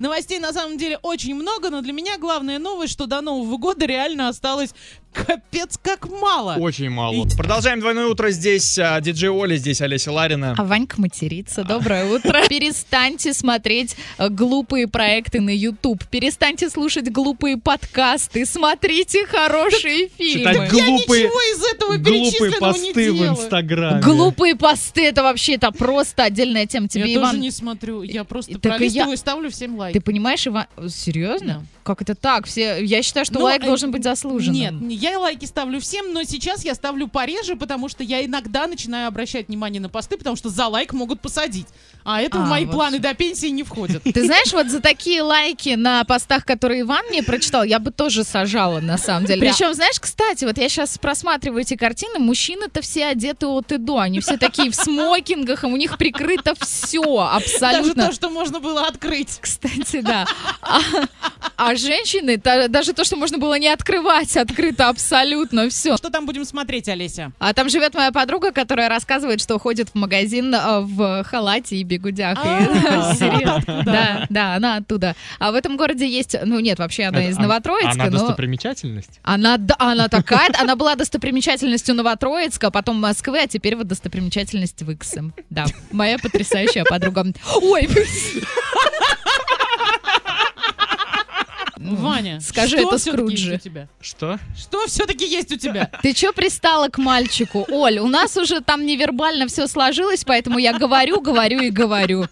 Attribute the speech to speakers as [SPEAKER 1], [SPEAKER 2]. [SPEAKER 1] Новостей на самом деле очень много, но для меня главная новость, что до Нового года реально осталось капец как мало.
[SPEAKER 2] Очень мало. Продолжаем двойное утро здесь. а, Диджей Оля, здесь Олеся Ларина.
[SPEAKER 3] А Ванька матерится. Доброе утро. Перестаньте смотреть э, глупые проекты на YouTube. Перестаньте слушать глупые подкасты. Смотрите хорошие фильмы.
[SPEAKER 2] Читать
[SPEAKER 1] Я
[SPEAKER 2] глупые,
[SPEAKER 1] ничего из этого
[SPEAKER 2] глупые
[SPEAKER 1] перечисленного не
[SPEAKER 2] посты в
[SPEAKER 1] делаю.
[SPEAKER 2] Инстаграме.
[SPEAKER 3] Глупые посты, это вообще это просто отдельная тема.
[SPEAKER 1] Я
[SPEAKER 3] Тебе,
[SPEAKER 1] тоже
[SPEAKER 3] Иван, э,
[SPEAKER 1] не смотрю. Я просто
[SPEAKER 3] Так и я-
[SPEAKER 1] пролистываю и ставлю всем лайк.
[SPEAKER 3] ты понимаешь, Иван... Серьезно? Как это так? Все... Я считаю, что
[SPEAKER 1] Ну,
[SPEAKER 3] лайк
[SPEAKER 1] э,
[SPEAKER 3] должен быть заслуженным.
[SPEAKER 1] Нет, я лайки ставлю всем, но сейчас я ставлю пореже, потому что я иногда начинаю обращать внимание на посты, потому что за лайк могут посадить. А это
[SPEAKER 3] А,
[SPEAKER 1] в мои
[SPEAKER 3] вот
[SPEAKER 1] планы
[SPEAKER 3] всё.
[SPEAKER 1] до пенсии не входит.
[SPEAKER 3] Ты знаешь, вот за такие лайки на постах, которые Иван мне прочитал, я бы тоже сажала, на самом деле.
[SPEAKER 1] Да.
[SPEAKER 3] Причем, знаешь, кстати, вот я сейчас просматриваю эти картины, мужчины-то все одеты от и до, они все такие в смокингах, и у них прикрыто все
[SPEAKER 1] Даже
[SPEAKER 3] абсолютно.
[SPEAKER 1] то, что можно было открыть.
[SPEAKER 3] Кстати, да. А, а женщины, та- даже то, что можно было не открывать, открыто абсолютно все.
[SPEAKER 1] Что там будем смотреть, Олеся?
[SPEAKER 3] А там живет моя подруга, которая рассказывает, что ходит в магазин а, в халате и бегудях. И
[SPEAKER 1] А,
[SPEAKER 3] серьёзно.
[SPEAKER 1] вот откуда.
[SPEAKER 3] Да, да, она оттуда. А в этом городе есть, ну нет, вообще она
[SPEAKER 2] Это
[SPEAKER 3] из
[SPEAKER 2] А, она-
[SPEAKER 3] Новотроицка,
[SPEAKER 2] Она
[SPEAKER 3] но...
[SPEAKER 2] достопримечательность?
[SPEAKER 3] Она, да, она такая, она была достопримечательностью Новотроицка, потом Москвы, а теперь вот достопримечательность Выксы. Да, моя потрясающая подруга. Ой,
[SPEAKER 1] Ваня,
[SPEAKER 3] скажи
[SPEAKER 1] что
[SPEAKER 3] это
[SPEAKER 1] всё-таки есть
[SPEAKER 3] Скруджи.
[SPEAKER 1] у тебя?
[SPEAKER 2] Что?
[SPEAKER 1] Что все-таки есть у тебя?
[SPEAKER 3] ты чё пристала к мальчику? Оль, у нас уже там невербально все сложилось, поэтому я говорю, говорю и говорю.